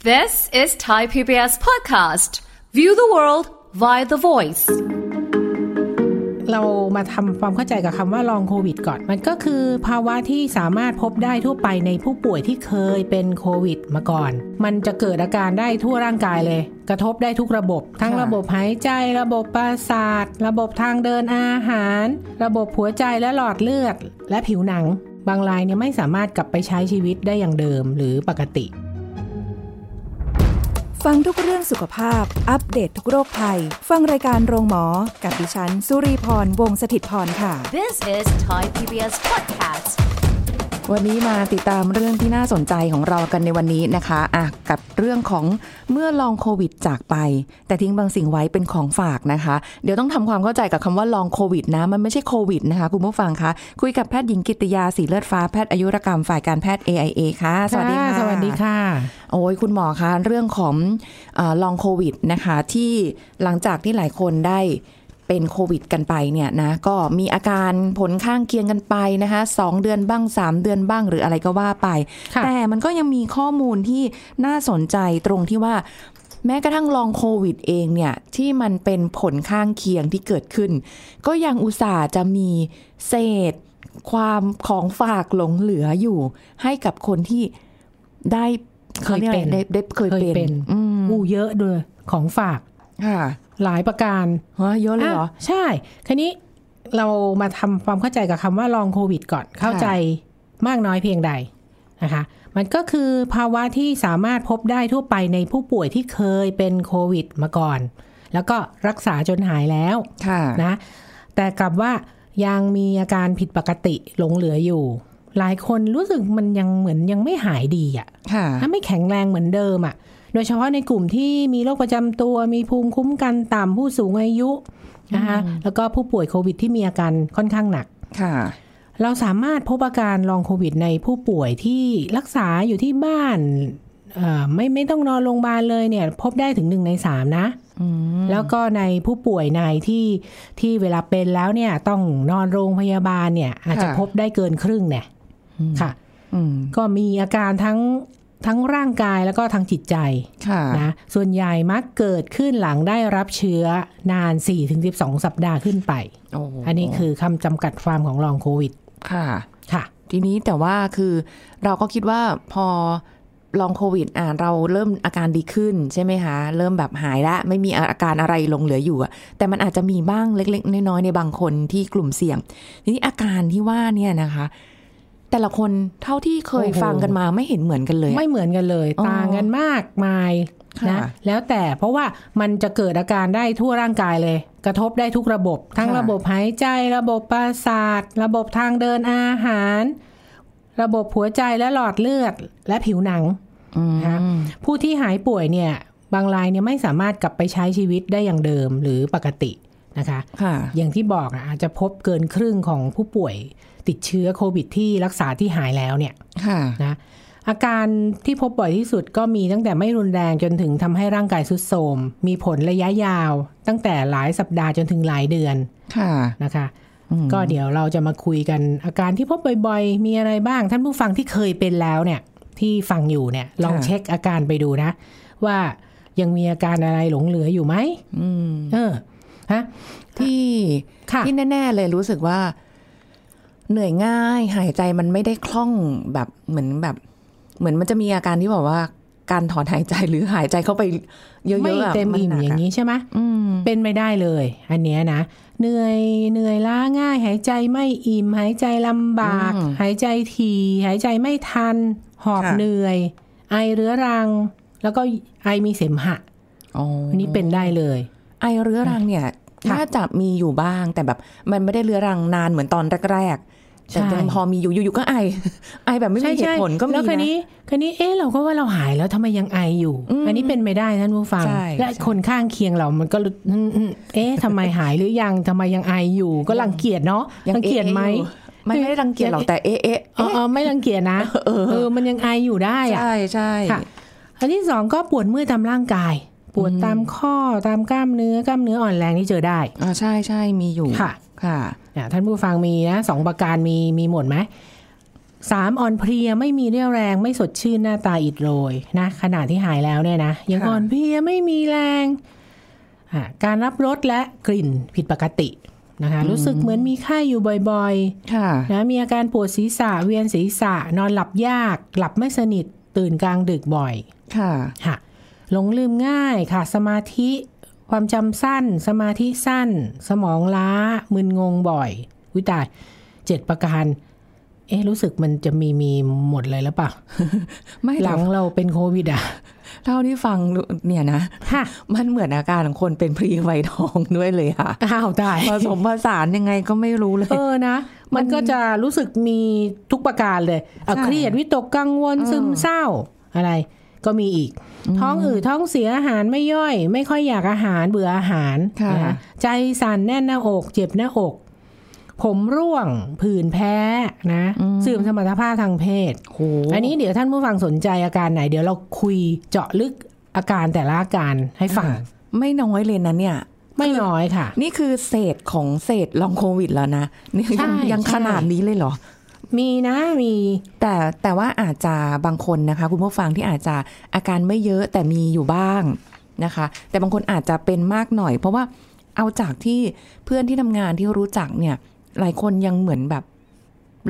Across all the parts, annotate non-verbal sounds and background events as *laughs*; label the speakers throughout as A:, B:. A: This is Thai PBS podcast. View the world via the voice.
B: เรามาทำความเข้าใจกับคำว่าลองโควิดก่อน มันก็คือภาวะที่สามารถพบได้ทั่วไปในผู้ป่วยที่เคยเป็นโควิดมาก่อน มันจะเกิดอาการได้ทั่วร่างกายเลย กระทบได้ทุกระบบ ทั้งระบบหายใจ ระบบประสาท ระบบทางเดินอาหาร ระบบหัวใจและหลอดเลือด และผิวหนัง บางรายเนี่ยไม่สามารถกลับไปใช้ชีวิตได้อย่างเดิมหรือปกติ
C: ฟังทุกเรื่องสุขภาพ อัปเดตททุกโรคภัย ฟังรายการโรงหมอ กับดิฉัน สุรีพร วงศิตพรค่ะ
A: This is Thai PBS podcast.
D: วันนี้มาติดตามเรื่องที่น่าสนใจของเรากันในวันนี้นะคะอ่ะกับเรื่องของเมื่อลองโควิดจากไป แต่ทิ้งบางสิ่งไว้เป็นของฝากนะคะ เดี๋ยวต้องทำความเข้าใจกับคำว่าลองโควิดนะ มันไม่ใช่โควิดนะคะ คุณผู้ฟังคะคุยกับแพทย์หญิงกิตติยาสีเลือดฟ้าแพทย์อายุรกรรมฝ่ายการแพทย์ AIA ค่ะ สวัสดีค่ะ
B: สวัสดีค่ะ
D: โอ้ยคุณหมอคะเรื่องของลองโควิดนะคะ ที่หลังจากที่หลายคนได้เป็นโควิดกันไปเนี่ยนะก็มีอาการผลข้างเคียงกันไปนะคะสองเดือนบ้าง 3 เดือนบ้างหรืออะไรก็ว่าไป
B: ค่ะ
D: แต่มันก็ยังมีข้อมูลที่น่าสนใจตรงที่ว่า แม้กระทั่งลองโควิดเองเนี่ยที่มันเป็นผลข้างเคียงที่เกิดขึ้น ก็ยังอุตส่าห์จะมีเศษ ความของฝากหลงเหลืออยู่ ให้กับคนที่ได้ขารีกอะ
B: เคย
D: ไร
B: เป็น
D: ได้ได้เคย
B: เคย
D: เป็น
B: เป็น
D: อืม
B: อู้เยอะด้วยของฝาก
D: ค่ะ
B: หลายประการ
D: ฮะเยอะเลยเหรอ
B: ะใช่ คันนี้เรามาทำความเข้าใจกับคำว่าลองโควิดก่อน เข้าใจมากน้อยเพียงใดนะคะ มันก็คือภาวะที่สามารถพบได้ทั่วไปในผู้ป่วยที่เคยเป็นโควิดมาก่อน แล้วก็รักษาจนหายแล้ว
D: ค่ะ
B: นะแต่กลับว่ายังมีอาการผิดปกติหลงเหลืออยู่ หลายคนรู้สึกมันยังเหมือนยังไม่หายดีอ่ะ
D: ค่ะ
B: ถ้าไม่แข็งแรงเหมือนเดิมอ่ะ โดยเฉพาะในกลุ่มที่มีโรคประจำตัว มีภูมิคุ้มกันต่ำผู้สูงอายุนะคะ แล้วก็ผู้ป่วยโควิดที่มีอาการค่อนข้างหนัก
D: ค่ะ
B: เราสามารถพบอาการลองโควิดในผู้ป่วยที่รักษาอยู่ที่บ้านเอ่อไม่ไม่ต้องนอนโรงพยาบาลเลยเนี่ย พบได้ถึงหนึ่งในสามนะ
D: อืม
B: แล้วก็ในผู้ป่วยในที่ที่เวลาเป็นแล้วเนี่ยต้องนอนโรงพยาบาลเนี่ย อาจจะ
D: ค่ะ
B: พบได้เกินครึ่งเนี่ยค่ะ
D: อืม
B: ก็มีอาการทั้งทั้งร่างกายแล้วก็ทางจิตใจ
D: ค่ะ
B: นะส่วนใหญ่มักเกิดขึ้นหลังได้รับเชื้อนาน 4-12 สัปดาห์ขึ้นไป
D: โอ้โห
B: อันนี้คือคำจำกัดความของลองโควิด
D: ค่ะ
B: ค่ะ
D: ทีนี้แต่ว่าคือเราก็คิดว่าพอลองโควิดอ่ะเราเริ่มอาการดีขึ้นใช่ไหมคะ เริ่มแบบหายละไม่มีอาการอะไรหลงเหลืออยู่อะแต่มันอาจจะมีบ้างเล็ก ๆ น้อยๆในบางคนที่กลุ่มเสี่ยง ทีนี้อาการที่ว่าเนี่ยนะคะ แต่ละคนเท่าที่เคย
B: โอ้โห
D: ฟังกันมาไม่เห็นเหมือนกันเลยอะ
B: ไม่เหมือนกันเลย
D: อ๋อ
B: ต่างกันมากมายนะ
D: ค่ะ
B: แล้วแต่เพราะว่ามันจะเกิดอาการได้ทั่วร่างกายเลย กระทบได้ทุกระบบ ทั้ง
D: ค่ะ
B: ระบบหายใจ ระบบประสาท ระบบทางเดินอาหาร ระบบหัวใจและหลอดเลือดและผิวหนัง
D: อืม
B: นะคะผู้ที่หายป่วยเนี่ยบางรายเนี่ยไม่สามารถกลับไปใช้ชีวิตได้อย่างเดิมหรือปกตินะคะ
D: ค่ะ
B: อย่างที่บอกอะอาจจะพบเกินครึ่งของผู้ป่วยติดเชื้อโควิดที่รักษาที่หายแล้วเนี่ย
D: ค่ะ
B: นะอาการที่พบบ่อยที่สุดก็มีตั้งแต่ไม่รุนแรงจนถึงทำให้ร่างกายทรุดโทรมมีผลระยะยาว ตั้งแต่หลายสัปดาห์จนถึงหลายเดือน
D: ค่ะ
B: นะคะ
D: อืม
B: ก็เดี๋ยวเราจะมาคุยกันอาการที่พบบ่อยๆ มีอะไรบ้าง ท่านผู้ฟังที่เคยเป็นแล้วเนี่ย ที่ฟังอยู่เนี่ย ลองเช็คอาการไปดูนะ ว่ายังมีอาการอะไรหลงเหลืออยู่ไหม
D: อืม
B: เออฮะ
D: ที่
B: ค่ะ
D: ที่แน่ ๆ เลยรู้สึกว่า เหนื่อยง่าย หายใจมันไม่ได้คล่องแบบเหมือนแบบ เหมือนมันจะมีอาการที่บอกว่า การถอนหายใจหรือหายใจเข้าไปเยอะๆ
B: ไม่
D: อะ
B: เต็มอิ่ม
D: นหนักะ
B: อย่างนี้ใช่ไหม
D: อืม
B: เป็นไม่ได้เลย อันเนี้ยนะเหนื่อยเหนื่อยล้าง่าย หายใจไม่อิ่ม หายใจลำบาก
D: อืม
B: หายใจทีหายใจไม่ทัน หอบ
D: ค่ะ
B: เหนื่อย ไอเรื้อรัง แล้วก็ไอมีเสมหะ
D: อ๋อ
B: อันนี้เป็นได้เลย
D: ไอเรื้อรังเนี่ย
B: ค่ะ
D: น่าจะมีอยู่บ้าง แต่แบบ มันไม่ได้เรื้อรังนานเหมือนตอนแรกๆแต่
B: ใช่
D: ยังพอมีอยู่อยู่ๆก็ไอ *laughs* ไอแบบไม่มีเหตุผลก็มี
B: แล้วคัน
D: นะ
B: นี้คันนี้เอ๊ะเราก็ว่าเราหายแล้วทำไมยังไออยู่
D: อืม
B: อันนี้เป็นไม่ได้ท่านผู้ฟัง
D: ใช่
B: และ
D: ใช่
B: คนข้างเคียงเรามันก็รู้ *laughs* อืมอืมเอ๊ะทำไมหายหรือยังทำไมยังไออยู่ ก็รังเกียจเนาะรังเกียจไหม
D: อ๊ะๆอมันไม่ได้รังเกียจหรอกแต่เอ๊ะเอ๊ะ
B: เออเออไม่รังเกียจนะเออมันยังไออยู่ได้อะ
D: ใช่ใช่
B: ค่ะ อันที่สองก็ปวดเมื่อยตามร่างกาย ปวดตามข้อตามกล้ามเนื้อกล้ามเนื้ออ่อนแรงนี่เจอได้
D: อ๋อใช่ใช่มีอยู่
B: ค่ะ
D: ค่ะ
B: อ่ะท่านผู้ฟังมีนะสองประการมีมีหมดไหม 3อ่อนเพลียไม่มีเรี่ยวแรงไม่สดชื่นหน้าตาอิดโรยนะขณะที่หายแล้วเนี่ยนะยัง
D: ค่ะ
B: อ่อนเพลียไม่มีแรงอ่ะการรับรสและกลิ่นผิดปกตินะคะรู้สึกเหมือนมีไข้อยู่บ่อยๆ
D: ค่ะ
B: นะมีอาการปวดศีรษะเวียนศีรษะ นอนหลับยาก หลับไม่สนิท ตื่นกลางดึกบ่อย
D: ค่ะ
B: ค่ะหลงลืมง่ายค่ะสมาธิ ความจำสั้น สมาธิสั้น สมองล้า มึนงงบ่อยวิตายเจ็ดประการ เอ๊ะรู้สึกมันจะมีมีหมดเลยหรือเปล่า
D: ไม่
B: ห
D: ห
B: ลั
D: ลั
B: ง
D: ง
B: เราเป็นโควิดอ่ะ
D: เท่าที่ฟังเนี่ยนะ
B: ค่ะ
D: มันเหมือนอาการของคนเป็นพรีไวยทองด้วยเลยค่ะ
B: *laughs* อ้าวตาย
D: ผสมผสานยังไงก็ไม่รู้เลย
B: เออนะ มันก็จะรู้สึกมีทุกประการเลยเอ่อ
D: ใช่
B: เครียดวิตกกังวล
D: เออ
B: ซึมเศร้าอะไร ก็มีอีก ท้องอืดท้องเสียอาหารไม่ย่อย ไม่ค่อยอยากอาหารเบื่ออาหาร
D: ค่ะ
B: นใจสั่นแน่นหน้าอก เจ็บหน้าอก ผมร่วงผื่นแพ้นะ
D: อืม
B: เสื่อมสมรรถภาพทางเพศ
D: โห
B: อันนี้เดี๋ยวท่านผู้ฟังสนใจอาการไหน เดี๋ยวเราคุยเจาะลึกอาการแต่ละอาการให้ฟัง
D: ไม่น้อยเลยนะเนี่ย
B: ไม่น้อยค่ะ
D: นี่คือเศษของเศษลองโควิดแล้วนะนี่
B: ใช่
D: ยังยัง
B: ใช่
D: ขนาดนี้เลยเหรอ
B: มีนะมี
D: แต่แต่ว่าอาจจะบางคนนะคะ คุณผู้ฟังที่อาจจะอาการไม่เยอะแต่มีอยู่บ้างนะคะ แต่บางคนอาจจะเป็นมากหน่อย เพราะว่าเอาจากที่เพื่อนที่ทำงานที่รู้จักเนี่ย หลายคนยังเหมือนแบบ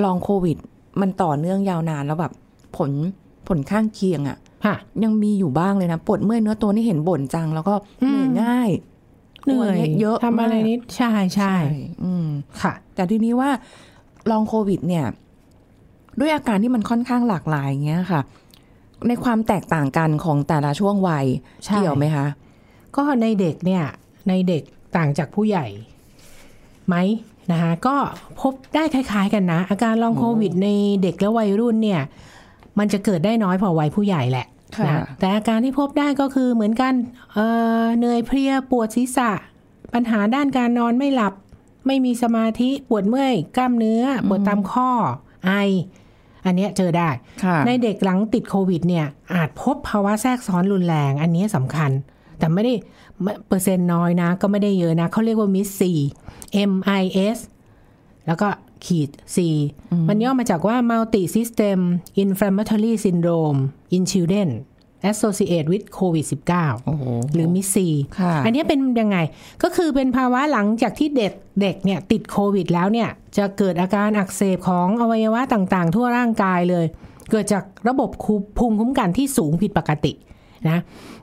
D: ลองโควิด มันต่อเนื่องยาวนานแล้วแบบผลผลข้างเคียงอะ่ะ
B: ค่ะ
D: ยังมีอยู่บ้างเลยนะปวดเมื่อยเนื้อตัวนี่เห็นบ่นจัง แล้วก็
B: อื
D: เห
B: ม
D: นื่อยง่าย
B: เหนื่อย
D: เยอะ
B: ทำอะไร
D: มาก
B: นิดใช่ใช่
D: ใช่ อืม
B: ค่ะ
D: แต่ทีนี้ว่าลองโควิดเนี่ย ด้วยอาการที่มันค่อนข้างหลากหลายอย่างเงี้ยค่ะ ในความแตกต่างกันของแต่ละช่วงวัย
B: ใช่
D: เกี่ยวไหมคะ
B: ก็ในเด็กเนี่ย ในเด็กต่างจากผู้ใหญ่ไหมนะคะก็พบได้คล้ายๆกันนะ อาการลองโควิดในเด็กและวัยรุ่นเนี่ย มันจะเกิดได้น้อยพอวัยผู้ใหญ่แหละ
D: ค่ะ
B: นะแต่อาการที่พบได้ก็คือเหมือนกันเอ่อเหนื่อยเพลียปวดศีรษะ ปัญหาด้านการนอนไม่หลับ ไม่มีสมาธิปวดเมื่อยกล้ามเนื้อ ปวดตามข้อไอ อันเนี้ยเจอได้
D: ค่ะ
B: ในเด็กหลังติดโควิดเนี่ยอาจพบภาวะแทรกซ้อนรุนแรง อันนี้สำคัญ แต่ไม่ได้ไม่เปอร์เซ็นต์น้อยนะ ก็ไม่ได้เยอะนะ เขาเรียกว่า MIS C M I S แล้วก็ขีด C มันย่อมาจากว่า Multi System Inflammatory Syndrome in Children Associated with COVID
D: โอ้โห
B: 19หรือ MIS C
D: ค่ะ
B: อันนี้เป็นยังไง ก็คือเป็นภาวะหลังจากที่เด็กเด็กเนี่ยติดโควิดแล้วเนี่ย จะเกิดอาการอักเสบของอวัยวะต่างๆ ทั่วร่างกายเลย เกิดจากระบบคุภูมิคุ้มกันที่สูงผิดปกตินะ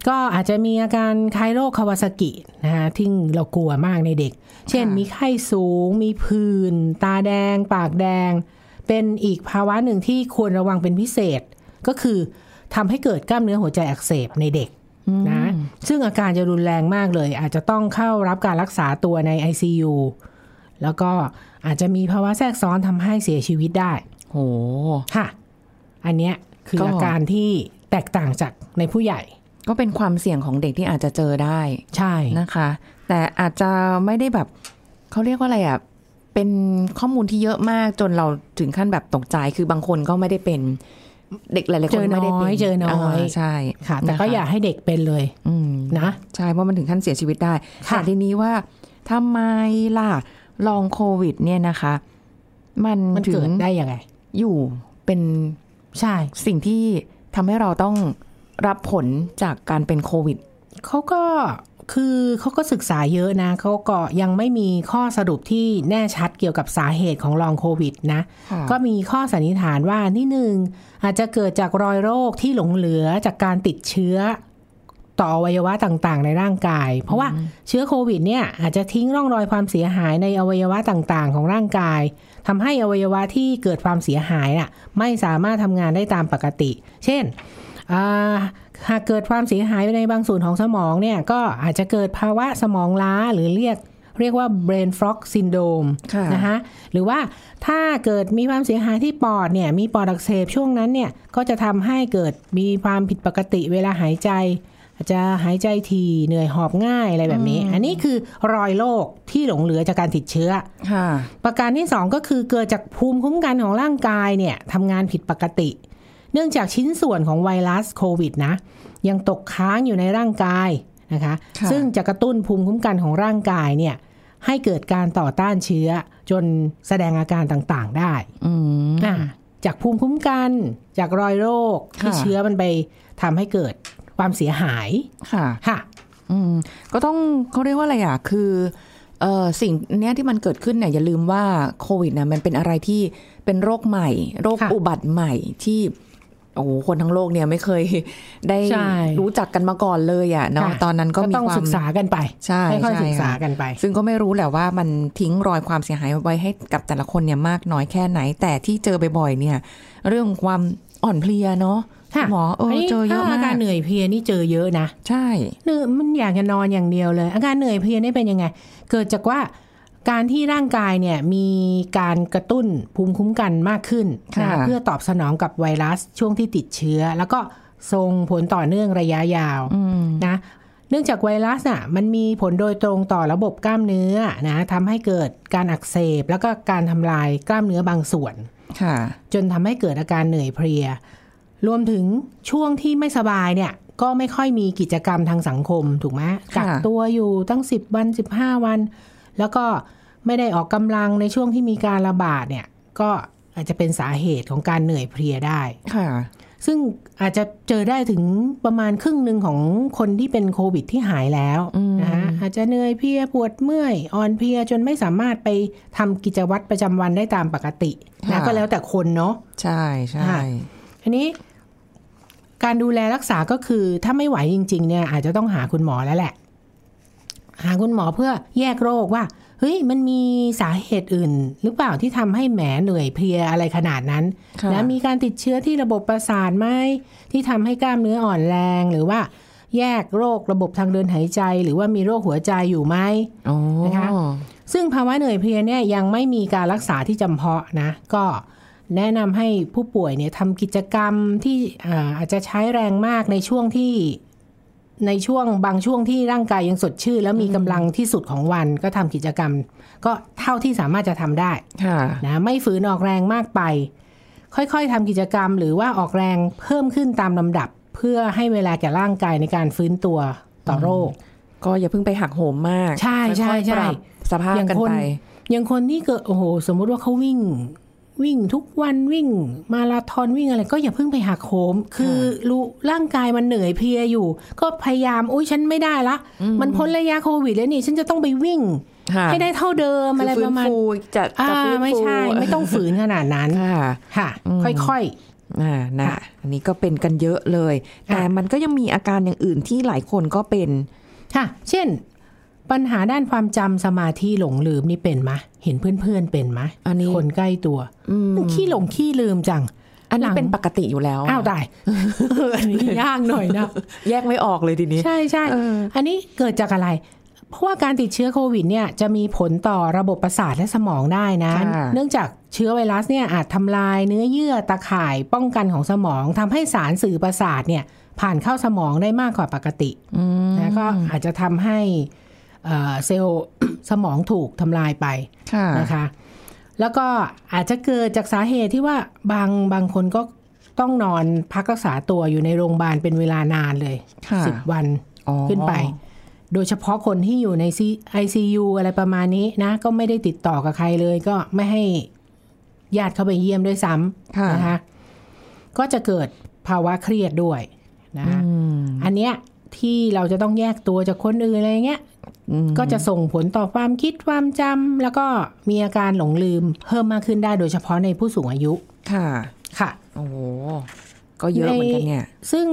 B: ก็อาจจะมีอาการคล้ายโรคคาวาซากินะคะที่เรากลัวมากในเด็ก เช่นมีไข้สูง มีผื่นตาแดง ปากแดง เป็นอีกภาวะหนึ่งที่ควรระวังเป็นพิเศษ ก็คือทำให้เกิดกล้ามเนื้อหัวใจอักเสบในเด็ก นะซึ่งอาการจะรุนแรงมากเลย อาจจะต้องเข้ารับการรักษาตัวใน ICU แล้วก็อาจจะมีภาวะแทรกซ้อนทำให้เสียชีวิตได้
D: โห
B: ค่ะ อันเนี้ยคือ
D: ก็
B: อาการที่แตกต่างจากในผู้ใหญ่
D: ก็เป็นความเสี่ยงของเด็กที่อาจจะเจอได้
B: ใช่
D: นะคะ แต่อาจจะไม่ได้แบบเขาเรียกว่าอะไรอ่ะเป็นข้อมูลที่เยอะมากจนเราถึงขั้นแบบตกใจ คือบางคนก็ไม่ได้เป็น เด็กหลายๆคนไม่ได้เป็น
B: เจอน้อยเจอน้อย
D: าใช่
B: ค่ะ แต่ก็
D: นะคะ
B: อย่าให้เด็กเป็นเลย
D: อืม
B: นะ
D: ใช่เพราะมันถึงขั้นเสียชีวิตได้
B: ค่ะ
D: แต่ทีนี้ว่าทำไมล่ะลองโควิด เนี่ยนะคะ มัน
B: มัน
D: ถึ
B: เกิ
D: ง
B: ดได้ยังไง
D: อยู่เป็น
B: ใช่
D: สิ่งที่ทำให้เราต้องรับผลจากการเป็นโควิด
B: เขาก็คือเขาก็ศึกษาเยอะนะเขาก็ยังไม่มีข้อสรุปที่แน่ชัดเกี่ยวกับสาเหตุของลองโควิดนะ
D: ค่ะ
B: ก็มีข้อสันนิษฐานว่านี่หนึ่งอาจจะเกิดจากรอยโรคที่หลงเหลือจากการติดเชื้อ ต่ออวัยวะต่างๆ ในร่างกาย เพราะว่าเชื้อโควิดเนี่ยอาจจะทิ้งร่องรอยความเสียหายในอวัยวะต่างๆ ของร่างกายทำให้อวัยวะที่เกิดความเสียหายน่ะไม่สามารถทำงานได้ตามปกติ เช่นอ่าหากเกิดความเสียหายในบางส่วนของสมองเนี่ยก็อาจจะเกิดภาวะสมองล้าหรือเรียกเรียกว่า brain fog syndrome
D: ค่ะ
B: นะคะหรือว่าถ้าเกิดมีความเสียหายที่ปอดเนี่ยมีปอดอักเสบช่วงนั้นเนี่ยก็จะทำให้เกิดมีความผิดปกติเวลาหายใจ อาจจะหายใจทีเหนื่อยหอบง่ายอะไรแบบนี้ อันนี้คือรอยโรคที่หลงเหลือจากการติดเชื้อ
D: ค่ะ
B: ประการที่ 2 ก็คือเกิดจากภูมิคุ้มกันของร่างกายเนี่ยทำงานผิดปกติ เนื่องจากชิ้นส่วนของไวรัสโควิดนะ ยังตกค้างอยู่ในร่างกายนะคะ
D: ค่ะ
B: ซึ่งจะกระตุ้นภูมิคุ้มกันของร่างกายเนี่ยให้เกิดการต่อต้านเชื้อจนแสดงอาการต่างๆได้
D: อืม
B: อ่า จากภูมิคุ้มกัน จากรอยโรคที่
D: ค่ะ
B: เชื้อมันไปทำให้เกิดความเสียหาย
D: ค่ะ
B: ค่ะ
D: อืมก็ต้องเขาเรียกว่าอะไรอ่ะ คือเอ่อสิ่งเนี้ยที่มันเกิดขึ้นเนี่ยอย่าลืมว่าโควิดนะมันเป็นอะไรที่เป็นโรคใหม่ โรค
B: ค่ะ
D: อุบัติใหม่ที่โอ้โหคนทั้งโลกเนี่ยไม่เคย ได้
B: ใช่
D: รู้จักกันมาก่อนเลยอ่ะเนาะ
B: ค่ะ
D: ตอนนั้นก็มี
B: ต้อง
D: ความ
B: ศึกษากันไป
D: ใช่
B: ค่อยๆ
D: ใช่
B: ศึกษา
D: ค่ะ
B: กันไป
D: ซึ่งก็ไม่รู้แหละว่ามันทิ้งรอยความเสียหายไว้ให้กับแต่ละคนเนี่ยมากน้อยแค่ไหน แต่ที่เจอบ่อยๆเนี่ย เรื่องความอ่อนเพลียเนาะ
B: ค่ะ
D: หมอเออเจอเยอะ
B: ถ้
D: มาก
B: อาการเหนื่อยเพลียนี่เจอเยอะนะ
D: ใช่
B: เนือมันอยากจะนอนอย่างเดียวเลย อาการเหนื่อยเพลียนี่เป็นยังไง เกิดจากว่าการที่ร่างกายเนี่ยมีการกระตุ้นภูมิคุ้มกันมากขึ้น
D: ค่ะ
B: นะเพื่อตอบสนองกับไวรัสช่วงที่ติดเชื้อ แล้วก็ส่งผลต่อเนื่องระยะยาว
D: อืม
B: นะเนื่องจากไวรัสน่ะมันมีผลโดยตรงต่อระบบกล้ามเนื้อนะทำให้เกิดการอักเสบ แล้วก็การทำลายกล้ามเนื้อบางส่วน
D: ค่ะ
B: จนทำให้เกิดอาการเหนื่อยเพลีย รวมถึงช่วงที่ไม่สบายเนี่ยก็ไม่ค่อยมีกิจกรรมทางสังคมถูกไหมกักตัวอยู่ตั้ง 10 วัน 15 วัน แล้วก็ไม่ได้ออกกำลังในช่วงที่มีการระบาดเนี่ยก็อาจจะเป็นสาเหตุของการเหนื่อยเพลียได้
D: ค่ะ
B: ซึ่งอาจจะเจอได้ถึงประมาณครึ่งหนึ่งของคนที่เป็นโควิดที่หายแล้ว
D: อืม
B: นะฮะอาจจะเหนื่อยเพลียปวดเมื่อย อ่อนเพลียจนไม่สามารถไปทำกิจวัตรประจำวันได้ตามปกตินะก็แล้วแต่คนเนาะ
D: ใช่ใช่
B: ค่ะ ทีนี้ การดูแลรักษาก็คือ ถ้าไม่ไหวจริง ๆ เนี่ย อาจจะต้องหาคุณหมอแล้วแหละ หาคุณหมอเพื่อแยกโรคว่าเฮ้ยมันมีสาเหตุอื่น หรือเปล่าที่ทำให้แหมเหนื่อยเพลียอะไรขนาดนั้น
D: ค่ะ
B: แล้วมีการติดเชื้อที่ระบบประสาทไหมที่ทำให้กล้ามเนื้ออ่อนแรงหรือว่า แยกโรคระบบทางเดินหายใจ หรือว่ามีโรคหัวใจอยู่ไหม
D: โอ้
B: นะคะ ซึ่งภาวะเหนื่อยเพลียเนี่ยยังไม่มีการรักษาที่จำเพาะนะ ก็แนะนำให้ผู้ป่วยเนี่ยทำกิจกรรมที่อาอาจจะใช้แรงมากในช่วงที่ในช่วงบางช่วงที่ร่างกายยังสดชื่นแล้วมีกำลังที่สุดของวันก็ทำกิจกรรม ก็เท่าที่สามารถจะทำได้
D: ค่ะ
B: นะไม่ฝืนออกแรงมากไป ค่อยๆทำกิจกรรม หรือว่าออกแรงเพิ่มขึ้นตามลำดับ เพื่อให้เวลาแก่ร่างกายในการฟื้นตัวต่อโรค
D: ก็อย่าเพิ่งไปหักโหมมาก
B: ใช่ใช่
D: ค่อยๆ
B: ใช่
D: ปรับสภาพ
B: อย่าง
D: กัน
B: คน
D: ไป
B: อย่างคนที่เกิดโอ้โห สมมุติว่าเขาวิ่ง วิ่งทุกวันวิ่ง มาราธอนวิ่งอะไร ก็อย่าเพิ่งไปหักโหม คือรู้ร่างกายมันเหนื่อยเพลียอยู่ ก็พยายามอุ้ยฉันไม่ได้ละ มันพ้นระยะโควิดแล้วนี่ ฉันจะต้องไปวิ่ง
D: ค่ะ
B: ให้ได้เท่าเดิม
D: คื
B: อะไร
D: ฟื้
B: ประมาณ
D: ฟูจะ
B: อ่า
D: จะฟื้นฟู
B: ไม่ใช่ ไม่ต้องฝืนขนาด
D: *laughs*
B: นั้น
D: ค่ะ
B: ค่ะ
D: อืม
B: ค่อย
D: อ่านะ
B: ค่ะ
D: อันนี้ก็เป็นกันเยอะเลย
B: ค่ะ
D: แต่มันก็ยังมีอาการอย่างอื่นที่หลายคนก็เป็น
B: ๆ ค่ะ เช่น ปัญหาด้านความจำสมาธิหลงลืมนี่เป็นไหมะ เห็นเพื่อนๆเป็นไหมะ
D: อันนี้
B: คนใกล้ตัวขี้หลงขี้ลืมจัง
D: อัน
B: ห
D: นี้
B: ลัง
D: เป็นปกติอยู่แล้ว
B: อ้าวได้ *laughs* อันนี้ยากหน่อยนะ
D: แยกไม่ออกเลยทีนี้
B: ใช่ใช่
D: เออ
B: อันนี้เกิดจากอะไร เพราะว่าการติดเชื้อโควิดเนี่ยจะมีผลต่อระบบประสาทและสมองได้นะ
D: ค่ะ
B: เนื่องจากเชื้อไวรัสเนี่ยอาจทำลายเนื้อเยื่อตาข่ายป้องกันของสมองทำให้สารสื่อประสาทเนี่ยผ่านเข้าสมองได้มากกว่าปกตินะก็อาจจะทำให้เอ่อเซลล์ *coughs* สมองถูกทำลายไป
D: ค่ะ
B: นะคะ แล้วก็อาจจะเกิดจากสาเหตุที่ว่าบางบางคนก็ต้องนอนพักรักษาตัวอยู่ในโรงพยาบาลเป็นเวลานานเลย
D: ค่ะ
B: สิบวัน
D: อ๋อ
B: ขึ้นไป โดยเฉพาะคนที่อยู่ใน ICU อะไรประมาณนี้นะ ก็ไม่ได้ติดต่อกับใครเลย ก็ไม่ให้ญาติเข้าไปเยี่ยมด้วยซ้
D: ค่ะ
B: ำนะคะ ก็จะเกิดภาวะเครียดด้วยนะ
D: อืม
B: อันเนี้ยที่เราจะต้องแยกตัวจากคนอื่นอะไรเงี้ย
D: อืม
B: ก็จะส่งผลต่อความคิดความจำแล้วก็มีอาการหลงลืมเพิ่มมากขึ้นได้โดยเฉพาะในผู้สูงอายุ
D: ค่ะ
B: ค่ะ
D: โอ้โหก็เยอะเหมือนกันเนี่ย
B: ซึ่ง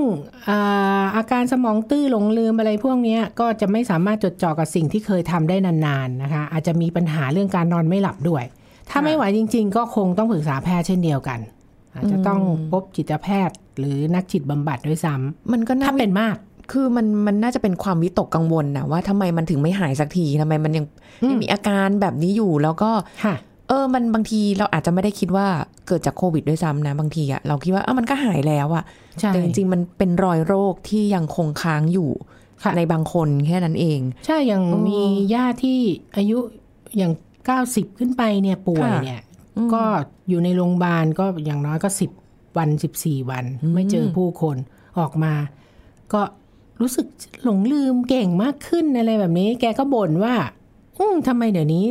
B: อาอาการสมองตื้อหลงลืมอะไรพวกเนี้ยก็จะไม่สามารถจดจ่อกับสิ่งที่เคยทำได้นานๆนะคะ อาจจะมีปัญหาเรื่องการนอนไม่หลับด้วย ถ้า
D: ค่ะ
B: ไม่ไหวจริง ๆ ก็คงต้องปรึกษาแพทย์เช่นเดียวกัน อาจจะต้องพบจิตแพทย์หรือนักจิตบำบัดด้วยซ้ำ
D: มันก็น่า
B: ถ้าเป็นมาก
D: คือมันมันน่าจะเป็นความวิตกกังวลนะว่าทำไมมันถึงไม่หายสักทีทำไมมันยัง
B: อืม
D: ยังมีอาการแบบนี้อยู่แล้วก็
B: ค่ะ
D: เออ มันบางทีเราอาจจะไม่ได้คิดว่าเกิดจากโควิดด้วยซ้ำนะ บางทีอะเราคิดว่าเออมันก็หายแล้วอะ
B: ใช่
D: แต่จริงๆ มันเป็นรอยโรคที่ยังคงค้างอยู่
B: ค่ะ
D: ในบางคนแค่นั้นเอง
B: ใช่อย่าง
D: โอ้
B: มีญาติที่อายุอย่าง 90 ขึ้นไปเนี่ยป่วย
D: ค่ะ
B: เนี่ย
D: อืม
B: ก็อยู่ในโรงพยาบาลก็อย่างน้อยก็ 10 วัน 14 วัน
D: อืม
B: ไม่เจอผู้คนออกมา ก็รู้สึกหลงลืมเก่งมากขึ้นอะไรแบบนี้ แกก็บ่นว่า อืมทำไมเดี๋ยวนี้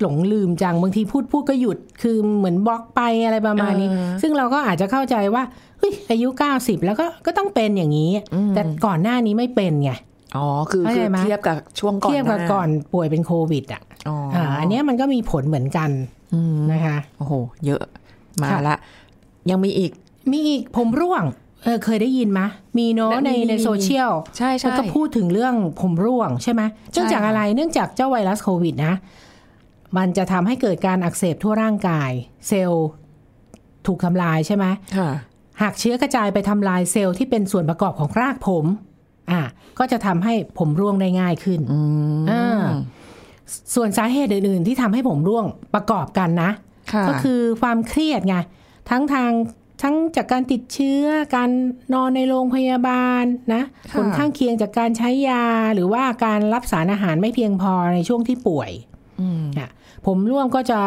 B: หลงลืมจังบางทีพูดพูดก็หยุดคือเหมือนบล็อกไปอะไรประมาณนี้
D: เออ
B: ซึ่งเราก็อาจจะเข้าใจว่าเฮ้ยอายุ 90 แล้วก็ก็ต้องเป็นอย่างนี้ แต่ก่อนหน้านี้ไม่เป็นไง
D: อ๋อคือ
B: เข้า
D: คื
B: ใจ
D: อ
B: ไหม
D: เทียบกับช่วงก่อน
B: เทียบกับ
D: หา
B: ก่อนป่วยเป็นโควิดอ่ะ
D: อ๋ออ
B: อ่าอันเนี้ยมันก็มีผลเหมือนกัน
D: อืม
B: นะคะ
D: โอ้โห เยอะมา
B: ค่ะ
D: ละ ยังมีอีก
B: มีอีกผมร่วงเออเคยได้ยินไหมมีเนาะใน
D: มี
B: ใน
D: มี
B: โซเชียล
D: ใช่
B: มั
D: ใช่
B: นก็พูดถึงเรื่องผมร่วงใช่ไหมเนื่องจาก
D: ค่ะ
B: อะไรเนื่องจากเจ้าไวรัสโควิดนะ มันจะทำให้เกิดการอักเสบทั่วร่างกาย เซลล์ถูกทำลายใช่ไหม
D: ค่ะ
B: หากเชื้อกระจายไปทำลายเซลล์ที่เป็นส่วนประกอบของรากผม อ่ะก็จะทำให้ผมร่วงได้ง่ายขึ้น
D: อืม
B: อ่า ส่วนสาเหตุอื่น ๆ ที่ทำให้ผมร่วงประกอบกันนะ
D: ค่ะ
B: ก็คือความเครียดไงทั้งทางทั้งจากการติดเชื้อการนอนในโรงพยาบาลนะผลข้างเคียงจากการใช้ยาหรือว่าการรับสารอาหารไม่เพียงพอในช่วงที่ป่วย
D: ม
B: นะผมร่วงก็จะ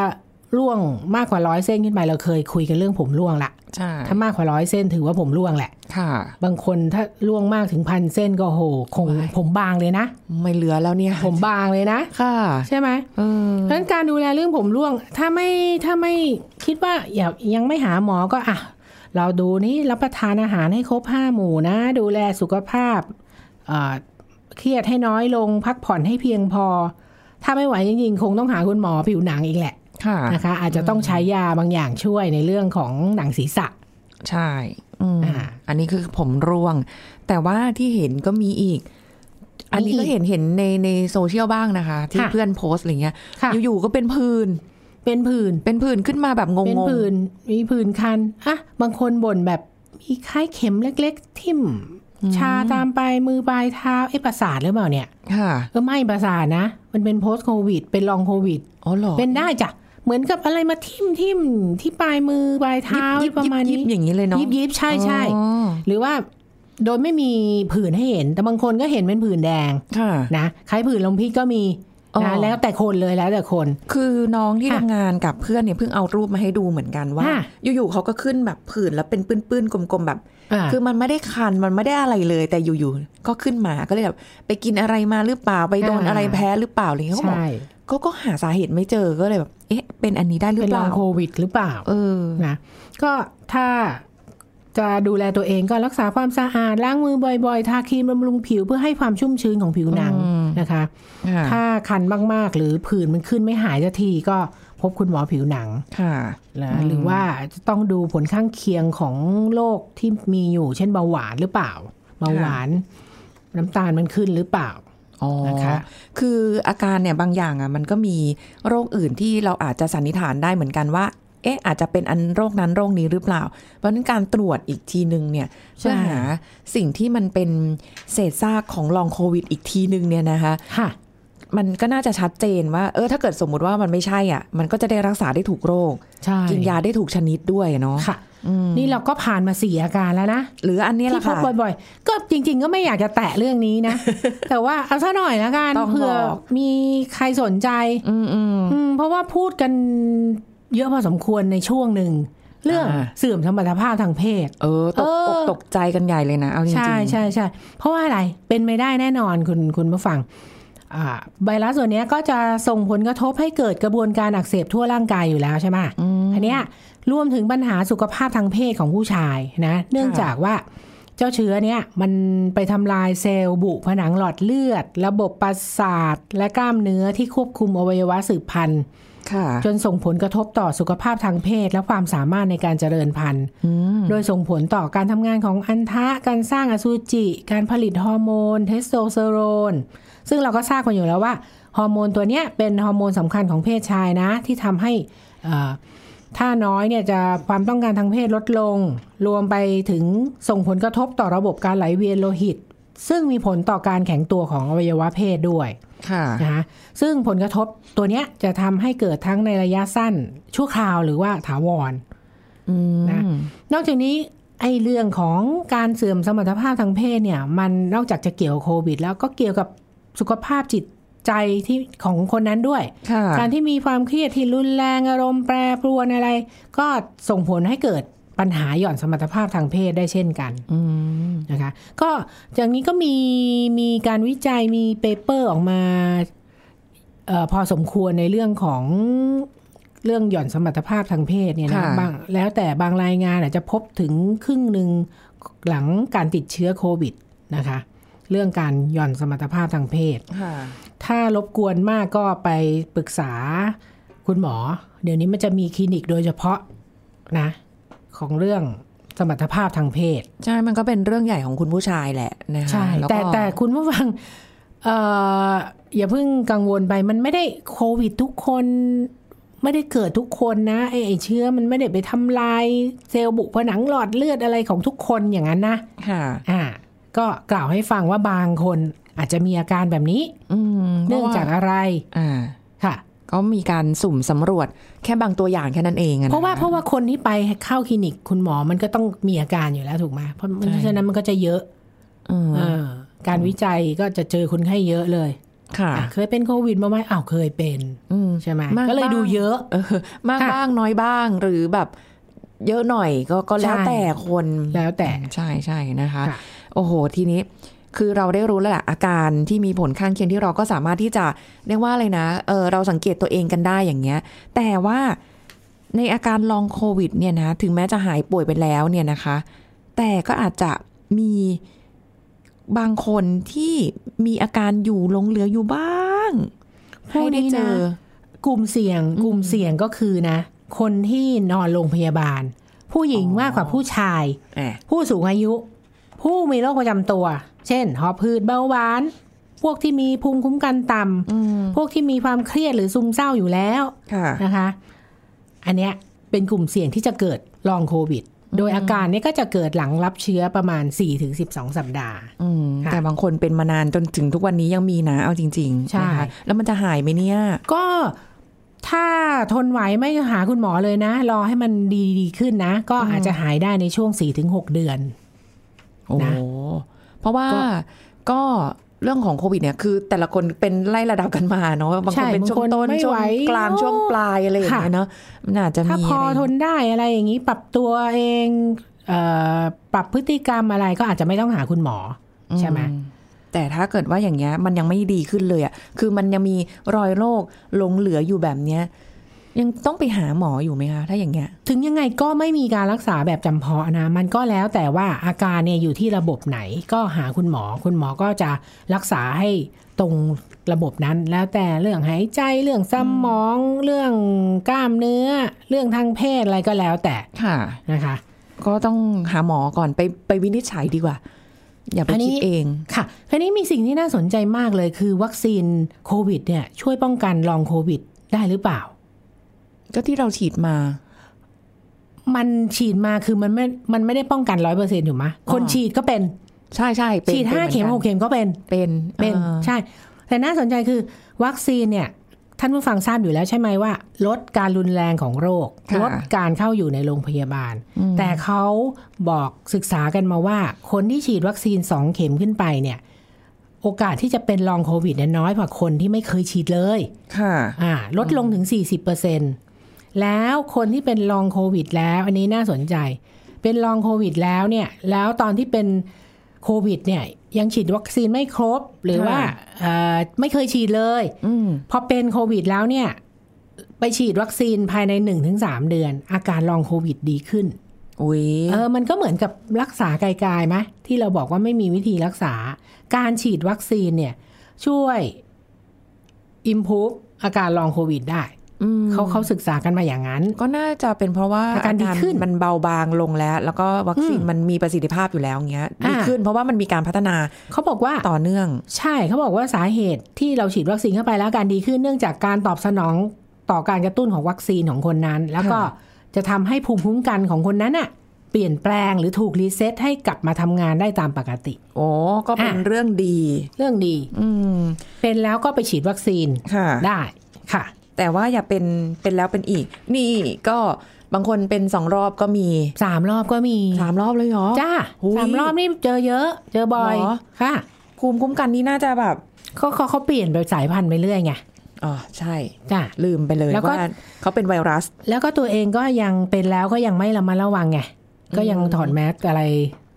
B: ร่วงมากกว่าร้อยเส้นขึ้นไปเราเคยคุยกันเรื่องผมร่วงละ
D: ใช่
B: ถ้ามากกว่าร้อยเส้นถือว่าผมร่วงแหละ
D: ค่ะ
B: บางคนถ้าร่วงมากถึงพันเส้นก็โหคง
D: ว้าย
B: ผมบางเลยนะ
D: ไม่เหลือแล้วเนี่ย
B: ผมบางเลยนะ
D: ค่ะ
B: ใช่ไหม
D: เออ
B: เพราะฉะนั้นการดูแลเรื่องผมร่วง ถ้าไม่ถ้าไม่คิดว่าอย่ายังไม่หาหมอก็อ่ะ เราดูนี่รับประทานอาหารให้ครบห้าหมู่นะ ดูแลสุขภาพเอ่อเครียดให้น้อยลงพักผ่อนให้เพียงพอ ถ้าไม่ไหวจริงๆ คงต้องหาคุณหมอผิวหนังอีกแหละ
D: ค่ะ
B: นะคะ อาจจะต้องใช้ยาบางอย่างช่วยในเรื่องของหนังศีรษะ
D: ใช่อืม
B: อ่า
D: อันนี้คือผมร่วง แต่ว่าที่เห็นก็มีอีก อันนี้
B: มีอีก
D: ก็เห็นเห็นในในโซเชียลบ้างนะคะ ที่
B: ค่ะ
D: เพื่อนโพสต์อะไรเงี้ย
B: ค่ะ
D: อยู่ๆก็เป็นผื่น
B: เป็นผื่น
D: เป็นผื่นขึ้นมาแบบงงๆ
B: เป็นผื่นมีผื่นคันอ่ะบางคนบ่นแบบมีคล้ายเข็มเล็ก ๆ ทิ่ม ชาตามไปมือปลายเท้าเอ๊ะประสาทหรือเปล่าเนี่ย
D: ค่ะ
B: เออไม่ประสาทนะ มันเป็น post covid เป็น long covid
D: อ๋อเหรอ
B: เป็นได้จ้ะ เหมือนกับอะไรมาทิ่มทิ่มที่ปลายมือปลายเท้า
D: ยิบ
B: ประ
D: ยิบ
B: มาณ
D: ยิ
B: นี้
D: บอย่างนี้เลยเนาะ
B: ยิบยิบใช่ใช่
D: อ๋อ
B: หรือว่าโดยไม่มีผื่นให้เห็น แต่บางคนก็เห็นเป็นผื่นแดง
D: ค่ะ
B: นะคล้ายผื่นลมพิษก็มี
D: อ๋อ
B: นะแล้วแต่คนเลยแล้วแต่คน
D: คือน้องที่
B: ค่ะ
D: ทำงานกับเพื่อนเนี่ยเพิ่งเอารูปมาให้ดูเหมือนกันว่า
B: ค่ะ
D: อยู่ๆเขาก็ขึ้นแบบผื่นแล้วเป็นปื้นๆกลมๆแบบ
B: อ่า
D: คือมันไม่ได้คันมันไม่ได้อะไรเลย แต่อยู่ๆก็ขึ้นมาก็เลยแบบไปกินอะไรมาหรือเปล่าไปโดน
B: อ่า
D: อะไรแพ้หรือเปล่าอะไรเงี้ยเขาบอก
B: ใช่
D: เขาก็หาสาเหตุไม่เจอก็เลยแบบเอ๊ะ เป็นอันนี้ได้หรือ
B: เป็น
D: เป
B: ลอ
D: ล่าง
B: โควิดหรือเปล่า
D: เออ
B: นะก็ถ้าจะดูแลตัวเองก็รักษาความสะอาดล้างมือบ่อยๆ ทาครีมบำรุงผิวเพื่อให้ความชุ่มชื้นของผิวหนัง
D: อืม
B: นะคะ
D: ค่ะ
B: ถ้าคันมากๆ หรือผื่นมันขึ้นไม่หายสักทีก็พบคุณหมอผิวหนัง
D: ค่ะ
B: นะ
D: อืม
B: หรือว่าจะต้องดูผลข้างเคียงของโรคที่มีอยู่เช่นเบาหวานหรือเปล่าเบาหวานน้ำตาลมันขึ้นหรือเปล่า
D: อ๋อ
B: นะคะ
D: คืออาการเนี่ยบางอย่างอ่ะมันก็มีโรคอื่นที่เราอาจจะสันนิษฐานได้เหมือนกันว่า เอ๊ะ อาจจะเป็นอันโรคนั้นโรคนี้หรือเปล่า เพราะฉะนั้นการตรวจอีกทีนึงเนี่ย
B: ใช่
D: เพื่อหาสิ่งที่มันเป็นเศษซากของลองโควิดอีกทีนึงเนี่ยนะคะ
B: ค่ะ
D: มันก็น่าจะชัดเจนว่า เออถ้าเกิดสมมติว่ามันไม่ใช่อ่ะ มันก็จะได้รักษาได้ถูกโรค
B: ใช่
D: กินยาได้ถูกชนิดด้วยเนาะ
B: ค่ะ
D: อืม
B: นี่เราก็ผ่านมาสี่อาการแล้วนะ
D: หรืออันนี้แหละ
B: ที่พ
D: ค่ะ
B: บบ่อยๆ ก็จริง ๆ ก็ไม่อยากจะแตะเรื่องนี้
D: *laughs*
B: นะ แต่ว่าเอาซะหน่อยละกัน
D: ต้อง
B: เผื่อ
D: บอก
B: มีใครสนใจ
D: อืมอืม
B: อืมเพราะว่าพูดกันเยอะพอสมควรในช่วงหนึ่ง เรื่อง
D: อ่า
B: เสื่อมสมรรถภาพทางเพศ
D: เออตก
B: เออ
D: ตกใจกันใหญ่เลยนะเอาจริงๆ
B: ใช่ใช่ใช่เพราะว่าอะไรเป็นไม่ได้แน่นอนคุณคุณผู้ฟังอ่าไวรัสตัวเนี้ยก็จะส่งผลกระทบให้เกิดกระบวนการอักเสบทั่วร่างกายอยู่แล้วใช่ไหมทีเนี้ยรวมถึงปัญหาสุขภาพทางเพศของผู้ชายนะ เนื่องจากว่าเจ้าเชื้อเนี้ยมันไปทำลายเซลล์บุผนังหลอดเลือด ระบบประสาท และกล้ามเนื้อที่ควบคุมอวัยวะสืบพันธุ์
D: ค่ะ
B: จนส่งผลกระทบต่อสุขภาพทางเพศและความสามารถในการเจริญพันธุ์ โดยส่งผลต่อการทำงานของอันทะ การสร้างอสุจิ การผลิตฮอร์โมน เทสโทสเตอโรน ซึ่งเราก็ทราบกันอยู่แล้วว่า ฮอร์โมนตัวเนี้ยเป็นฮอร์โมนสำคัญของเพศชายนะ ที่ทำให้เอ่อถ้าน้อยเนี่ยจะความต้องการทางเพศลดลง รวมไปถึงส่งผลกระทบต่อระบบการไหลเวียนโลหิต ซึ่งมีผลต่อการแข็งตัวของอวัยวะเพศด้วย
D: ค่ะ
B: นะคะซึ่งผลกระทบตัวเนี้ยจะทำให้เกิดทั้งในระยะสั้น ชั่วคราวหรือว่าถาวร
D: อืม
B: นะ นอกจากนี้ไอ้เรื่องของการเสื่อมสมรรถภาพทางเพศเนี่ยมันนอกจากจะเกี่ยวกับโควิด แล้วก็เกี่ยวกับสุขภาพจิตใจที่ของคนนั้นด้วย
D: ค่ะ
B: การที่มีความเครียดที่รุนแรงอารมณ์แปรปรวนอะไร ก็ส่งผลให้เกิดปัญหาหย่อนสมรรถภาพทางเพศได้เช่นกัน
D: อืม
B: นะคะก็อย่างนี้ก็มีมีการวิจัยมีเปเปอร์ออกมา เออพอสมควรในเรื่องของเรื่องหย่อนสมรรถภาพทางเพศเนี่ยนะ
D: ค่ะ
B: บางแล้วแต่บางรายงานอาจจะพบถึงครึ่งหนึ่งหลังการติดเชื้อโควิดนะคะ เรื่องการหย่อนสมรรถภาพทางเพศ
D: ค่ะ
B: ถ้ารบกวนมากก็ไปปรึกษาคุณหมอ เดี๋ยวนี้มันจะมีคลินิกโดยเฉพาะนะ ของเรื่องสมรรถภาพทางเพศ
D: ใช่ มันก็เป็นเรื่องใหญ่ของคุณผู้ชายแหละนะคะ
B: ใช่
D: ล้วก็
B: แต่แต่คุณผู้ฟังเอ่ออย่าเพิ่งกังวลไปมันไม่ได้โควิดทุกคน ไม่ได้เกิดทุกคนนะไอไอเชื้อมันไม่ได้ไปทำลายเซลล์บุผนังหลอดเลือดอะไรของทุกคนอย่างนั้นนะ
D: ค่ะ
B: อ่า ก็กล่าวให้ฟังว่าบางคนอาจจะมีอาการแบบนี้
D: อืม
B: เนื่องจากอะไร
D: อ่า
B: ค่ะ
D: ก็มีการสุ่มสำรวจแค่บางตัวอย่างแค่นั้นเองอ
B: เพราะว่า
D: ค
B: เพราะว่าคนที่ไปเข้าคลินิกคุณหมอมันก็ต้องมีอาการอยู่แล้วถูกไหมเพราะเพราะฉะนั้นมันก็จะเยอะ
D: เออ
B: เออการวิจัยก็จะเจอคนไข้เยอะเลย
D: ค่ะ
B: อ่ะเคยเป็นโควิดมาไหมอ้าวเคยเป็น
D: อืม
B: ใช่ไหม
D: มาก
B: ก็เลย
D: บ้าง
B: ดูเยอะ
D: เออมาก
B: ค่ะ
D: บ้างน้อยบ้างหรือแบบ เยอะหน่อยก็ก็แล้ว
B: ใช่
D: แต่คน
B: แล้วแต่
D: ใช่ใช่นะคะ
B: ค่ะ
D: โอ้โห ทีนี้คือเราได้รู้แล้วแหละอาการที่มีผลข้างเคียงที่เราก็สามารถที่จะเรียกว่าอะไรนะเออเราสังเกตตัวเองกันได้อย่างเงี้ย แต่ว่าในอาการลองโควิดเนี่ยนะถึงแม้จะหายป่วยไปแล้วเนี่ยนะคะ แต่ก็อาจจะมีบางคนที่มีอาการอยู่หลงเหลืออยู่บ้างให้ได้เจอ
B: กลุ่มเสี่ยงกลุ่มเสี่ยงก็คือนะ คนที่นอนโรงพยาบาล ผู้หญิง
D: อ๋อ
B: มากกว่าผู้ชาย
D: อ่ะ
B: ผู้สูงอายุ ผู้มีโรคประจำตัว เช่นหอบหืดเบาหวาน พวกที่มีภูมิคุ้มกันต่
D: อืม
B: ำพวกที่มีความเครียดหรือซึมเศร้าอยู่แล้ว
D: ค่ะ
B: นะคะ อันเนี้ยเป็นกลุ่มเสี่ยงที่จะเกิดลองโควิด โดยอาการเนี้ยก็จะเกิดหลังรับเชื้อประมาณ 4-12 สัปดาห์
D: อืม
B: ค่ะ
D: แต่บางคนเป็นมานานจนถึงทุกวันนี้ยังมีนะเอาจริงๆ
B: ใช่
D: นะคะแล้วมันจะหายไหมเนี่ย
B: ก็ถ้าทนไหวไม่หาคุณหมอเลยนะ รอให้มันดีดีขึ้นนะ ก็อาจจะหายได้ในช่วง 4-6 เดือน
D: โอ้โหเพราะว่า
B: ก็
D: ก็เรื่องของโควิดเนี่ยคือแต่ละคนเป็นไล่ระดับกันมาเนาะบาง
B: ใช่
D: คนเป็นช่วง
B: บางคน
D: ต้น
B: ไม่
D: ช่ว
B: ไห
D: ง
B: ว
D: กลางช่วงปลายอะไรอย่างเงี้ย
B: ค่ะ
D: เนาะมันอาจจะมี
B: ถ้าพอทนได้อะไรอย่างนี้ปรับตัวเองเออปรับพฤติกรรมอะไรก็อาจจะไม่ต้องหาคุณหมออใช่ไหม
D: แต่ถ้าเกิดว่าอย่างเงี้ยมันยังไม่ดีขึ้นเลยอ่ะคือมันยังมีรอยโรคหลงเหลืออยู่แบบเนี้ย ยังต้องไปหาหมออยู่ไหมคะถ้าอย่างเงี้ย
B: ถึงยังไงก็ไม่มีการรักษาแบบจำเพาะนะ มันก็แล้วแต่ว่าอาการเนี่ยอยู่ที่ระบบไหนก็หาคุณหมอ คุณหมอก็จะรักษาให้ตรงระบบนั้น แล้วแต่เรื่องหายใจเรื่องสมอง เรื่องกล้ามเนื้อ เรื่องทางเพศอะไรก็แล้วแต่
D: ค่ะ
B: นะคะ
D: ก็ต้องหาหมอก่อนไปไปวินิจฉัยดีกว่า อย่าไป
B: อันนี้
D: คิดเอง
B: ค่ะคราวนี้มีสิ่งที่น่าสนใจมากเลยคือวัคซีนโควิดเนี่ยช่วยป้องกันลองโควิดได้หรือเปล่า
D: ก็ที่เราฉีดมา
B: มันฉีดมาคือมันไม่ มันไม่ได้ป้องกันร้อยเปอร์เซ็นต์ถูกไหมคน
D: อ๋อ
B: ฉีดก็เป็น
D: ใช่ใช่เป็น
B: ฉีดห้า
D: ป็น
B: เข็มห
D: อน
B: ก
D: น
B: เข็มก็เป็น
D: เป็น
B: เป็น
D: อ่า
B: ใช่ แต่น่าสนใจคือวัคซีนเนี่ยท่านผู้ฟังทราบอยู่แล้วใช่ไหมว่า ลดการรุนแรงของโรค
D: ค่ะ
B: ลดการเข้าอยู่ในโรงพยาบาล แต่เขาบอกศึกษากันมาว่า คนที่ฉีดวัคซีนสองเข็มขึ้นไปเนี่ย โอกาสที่จะเป็นลองโควิดเนี่ยน้อยกว่าคนที่ไม่เคยฉีดเลย
D: ค่ะ
B: อ่าลดลงถึง 40%แล้วคนที่เป็นลองโควิดแล้ว อันนี้น่าสนใจ เป็นลองโควิดแล้วเนี่ย แล้วตอนที่เป็นโควิดเนี่ย ยังฉีดวัคซีนไม่ครบ หรือ
D: ค่ะ
B: ว่าเอ่อไม่เคยฉีดเลย
D: อืม
B: พอเป็นโควิดแล้วเนี่ย ไปฉีดวัคซีนภายใน 1-3 เดือน อาการลองโควิดดีขึ้น
D: อุ้ย
B: เออ มันก็เหมือนกับรักษาไกลๆไหมที่เราบอกว่าไม่มีวิธีรักษา การฉีดวัคซีนเนี่ย ช่วย improve อาการลองโควิดได้
D: ม
B: เขาเขาศึกษากันมาอย่างนั้น
D: ก็น่าจะเป็นเพราะว่า
B: อาการดีขึ้น
D: มันเบาบางลงแล้ว แล้วก็วัคซีน
B: อืม
D: มันมีประสิทธิภาพอยู่แล้วเงี้ยดี
B: อ่า
D: ขึ้นเพราะว่ามันมีการพัฒนา
B: เขาบอกว่า
D: ต่อเนื่อง
B: ใช่เขาบอกว่าสาเหตุที่เราฉีดวัคซีนเข้าไปแล้วอาการดีขึ้นเนื่องจากการตอบสนองต่อการกระตุ้นของวัคซีนของคนนั้น แล้วก็
D: ค่ะ
B: จะทำให้ภูมิคุ้มกันของคนนั้นอะเปลี่ยนแปลงหรือถูกรีเซ็ตให้กลับมาทำงานได้ตามปกติ
D: โอ้ก็เป็น
B: อ่ะ
D: เรื่องดี
B: เรื่องดี
D: อืม
B: เป็นแล้วก็ไปฉีดวัคซีน
D: ค่ะ
B: ได้ค่ะ
D: แต่ว่าอย่าเป็นเป็นแล้วเป็นอีก นี่ก็บางคนเป็นสองรอบก็มี
B: สามรอบก็มี
D: สามรอบเลยเหรอ
B: จ้า
D: หุย
B: สามรอบนี่เจอเยอะ เจอบ่อย
D: หรอ
B: ค่ะ
D: ภูมิคุ้มกันนี่น่าจะแบบ
B: เขาเขาเขาเปลี่ยนไปสายพันธุ์ไปเรื่อยไง
D: อ๋อใช่
B: จ้า
D: ลืมไปเลย
B: แล้วก็
D: ว่าเขาเป็นไวรัส
B: แล้วก็ตัวเองก็ยังเป็นแล้วก็ยังไม่ระมัดระวังไงก็ยังถอดแมสอะไร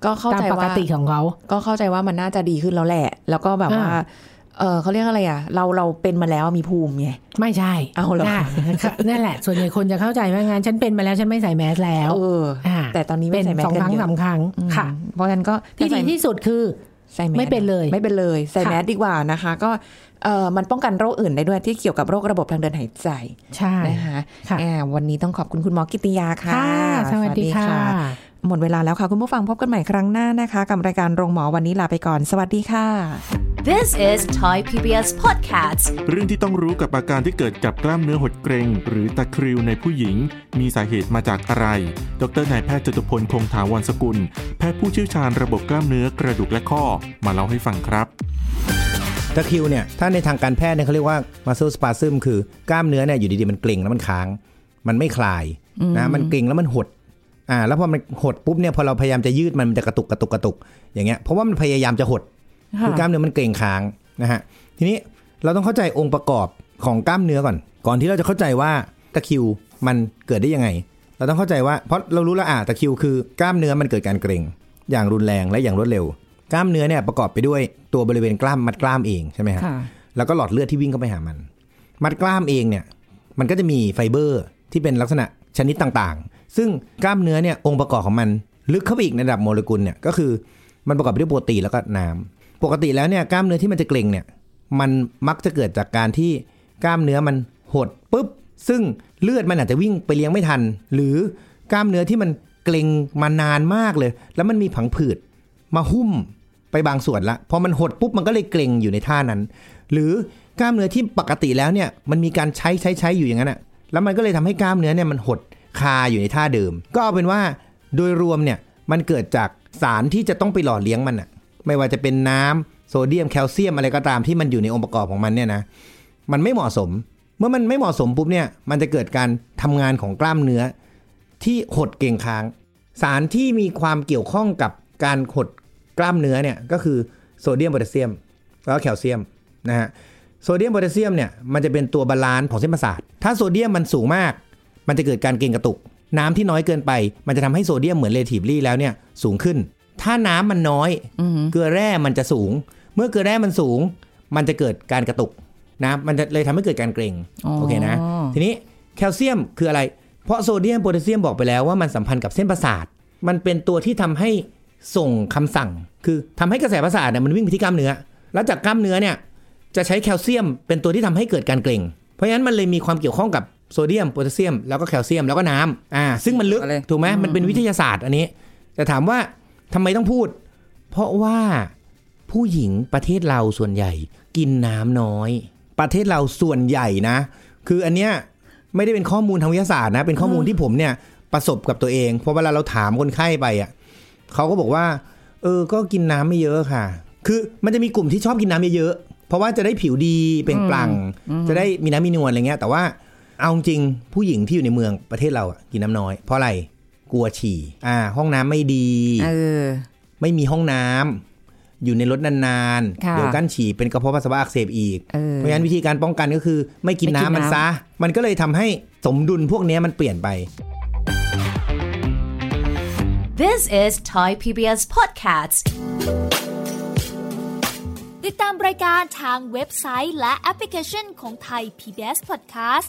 D: ก็เข้า
B: ตาม
D: ใจ
B: ปก
D: ว่า
B: ติของเขา
D: ก็เข้าใจว่ามันน่าจะดีขึ้นแล้วแหละ แล้วก็แบบว่า เออเขาเรียกอะไรอ่ะ เราเราเป็นมาแล้วมีภูมิไง
B: ไม่ใช่
D: เอาเหรอ *laughs*
B: น่ะนั่นแหละ ส่วนใหญ่คนจะเข้าใจว่างานฉันเป็นมาแล้วฉันไม่ใส่แมสแล้ว
D: เออ
B: อ่า
D: แต่ตอนนี้ไม่
B: เป็น
D: ใส่แมส
B: สอง
D: กัน
B: ครั้ง
D: เย
B: สาม
D: อะ
B: ครั้ง
D: อืม
B: ค่ะ
D: เพราะฉะนั้นก็
B: ที่ดีที่สุดคือ
D: ใส่แมส
B: ไม่เป็นเลย
D: ไม่เป็นเลยใส่
B: ค่ะ
D: แมสดีกว่านะคะ ก็เออมันป้องกันโรคอื่นได้ด้วยที่เกี่ยวกับโรคระบบทางเดินหายใจ
B: ใช่
D: นะคะ
B: ค่ะ
D: อ่าวันนี้ต้องขอบคุณคุณหมอกิติยาค่ะ
B: ค่ะ สวัสดีค่ะ
D: หมดเวลาแล้วค่ะ คุณผู้ฟังพบกันใหม่ครั้งหน้านะคะ กับรายการโรงหมอวันนี้ลาไปก่อน สวัสดีค่ะ
A: This is Thai PBS Podcast.
E: เรื่องที่ต้องรู้กับอาการที่เกิดกับกล้ามเนื้อหดเกร็ง หรือตะคริวในผู้หญิง มีสาเหตุมาจากอะไร ดรนายแพทย์จตุพลคงถาวรสกุล แพทย์ผู้เชี่ยวชาญระบบกล้ามเนื้อกระดูกและข้อ มาเล่าให้ฟังครับ
F: ตะคริวเนี่ยถ้าในทางการแพทย์เนี่ยเขาเรียกว่า muscle spasm คือกล้ามเนื้อเนี่ยอยู่ดีๆมันเกร็งแล้วมันค้าง มันไม่คลายนะมันเกร็งแล้วมันหดอ่าแล้วพอมันหดปุ๊บเนี่ยพอเราพยายามจะยืดมันมันจะกระตุกกระตุกกระตุกอย่างเงี้ยเพราะว่ามันพยายามจะหด
D: ค่ะ
F: อกล้ามเนื้อมันเกร็งค้างนะฮะทีนี้เราต้องเข้าใจองค์ประกอบของกล้ามเนื้อก่อน ก่อนที่เราจะเข้าใจว่าตะคริวมันเกิดได้ยังไง เราต้องเข้าใจว่าเพราะเรารู้แล้วอ่ะตะคริวคือกล้ามเนื้อมันเกิดการเกร็ง อย่างรุนแรงและอย่างรวดเร็ว กล้ามเนื้อเนี่ยประกอบไปด้วยตัวบริเวณกล้ามมัดกล้ามเองใช่ไหมฮะ แล้วก็หลอดเลือดที่วิ่งเข้าไปหามัน มัดกล้ามเองเนี่ย มันก็จะมีไฟเบอร์ที่เป็นลักษณะชนิดต่างๆ ซึ่งกล้ามเนื้อเนี่ยองค์ประกอบของมัน ลึกเข้าไปอีกในระดับโมเลกุลเนี่ยก็คือมันประกอบไปด้วยโปรตีนแล้วก็น้ำปกติแล้วเนี่ยกล้ามเนื้อที่มันจะเกร็งเนี่ยมันมักจะเกิดจากการที่กล้ามเนื้อมันหดปุ๊บซึ่งเลือดมันอาจจะวิ่งไปเลี้ยงไม่ทัน หรือกล้ามเนื้อที่มันเกร็งมานานมากเลย แล้วมันมีผังผืด มาหุ้มไปบางส่วนละพอมันหดปุ๊บมันก็เลยเกร็งอยู่ในท่านั้น หรือกล้ามเนื้อที่ปกติแล้วเนี่ยมันมีการใช้ใช้ใช้อยู่อย่างนั้นอะแล้วมันก็เลยทำให้กล้ามเนื้อเนี่ยมันหดคาอยู่ในท่าเดิม ก็เอาเป็นว่าโดยรวมเนี่ยมันเกิดจากสารที่จะต้องไปหล่อเลี้ยงมันอะไม่ว่าจะเป็นน้ำโซเดียมแคลเซียมอะไรก็ตามที่มันอยู่ในองค์ประกอบของมันเนี่ยนะมันไม่เหมาะสม เมื่อมันไม่เหมาะสมปุ๊บเนี่ยมันจะเกิดการทำงานของกล้ามเนื้อ ที่หดเกร็งค้าง สารที่มีความเกี่ยวข้องกับการหดกล้ามเนื้อเนี่ยก็คือโซเดียมโพแทสเซียม แล้วก็แคลเซียมนะฮะโซเดียมโพแทสเซียมเนี่ยมันจะเป็นตัวบาลานซ์ของเส้นประสาท ถ้าโซเดียมมันสูงมาก มันจะเกิดการเกร็งกระตุก น้ำที่น้อยเกินไป มันจะทำให้โซเดียมเหมือนเลทีฟลี่แล้วเนี่ยสูงขึ้น ถ้าน้ำมันน้อยเกลือแร่มันจะสูง เมื่อเกลือแร่มันสูง มันจะเกิดการกระตุกนะมันจะเลยทำให้เกิดการเกร็ง
D: อ๋อ
F: โอเคนะ ทีนี้แคลเซียมคืออะไร เพราะโซเดียมโพแทสเซียมบอกไปแล้วว่ามันสัมพันธ์กับเส้นประสาท มันเป็นตัวที่ทำให้ส่งคำสั่ง คือทำให้กระแสประสาทเนี่ยมันวิ่งไปที่กล้ามเนื้อ แล้วจากกล้ามเนื้อเนี่ยจะใช้แคลเซียมเป็นตัวที่ทำให้เกิดการเกร็ง เพราะฉะนั้นมันเลยมีความเกี่ยวข้องกับโซเดียมโพแทสเซียมแล้วก็แคลเซียมแล้วก็น้ำอ่าซึ่งมันลึก
D: อะไร
F: ถูกไหมมันเป็นวิทยาศาสตร์อันนี้ แต่ถามว่าทำไมต้องพูด เพราะว่าผู้หญิงประเทศเราส่วนใหญ่ กินน้ำน้อย ประเทศเราส่วนใหญ่นะ คืออันเนี้ยไม่ได้เป็นข้อมูลทางวิทยาศาสตร์นะ เป็นข้อมูลที่ผมเนี่ยประสบกับตัวเองเพราะเวลาเราถามคนไข้ไปอ่ะเขาก็บอกว่า เออ ก็กินน้ำไม่เยอะค่ะ คือมันจะมีกลุ่มที่ชอบกินน้ำเยอะๆเพราะว่าจะได้ผิวดีเปล่งปลั่งจะได้มีน้ำมีนวลอะไรเงี้ย แต่ว่าเอาจริงผู้หญิงที่อยู่ในเมืองประเทศเราอ่ะกินน้ำน้อย เพราะอะไรกลัวฉี่ อ่า ห้องน้ำไม่ดี
D: เออ
F: ไม่มีห้องน้ำอยู่ในรถนาน
D: ค่ะ
F: ๆ เดี๋ยวกั้นฉี่เป็นกระเพาะปัสสาวะอักเสบอีก
D: เออ
F: เพราะฉะนั้นวิธีการป้องกันก็คือ ไม่กิน
D: ไม่กิน
F: น้ำมัน
D: น้ำ
F: ซะ มันก็เลยทำให้สมดุลพวกเนี้ยมันเปลี่ยนไป
A: This is Thai PBS Podcast.
G: ติดตามรายการทางเว็บไซต์และแอปพลิเคชันของไทย PBS Podcast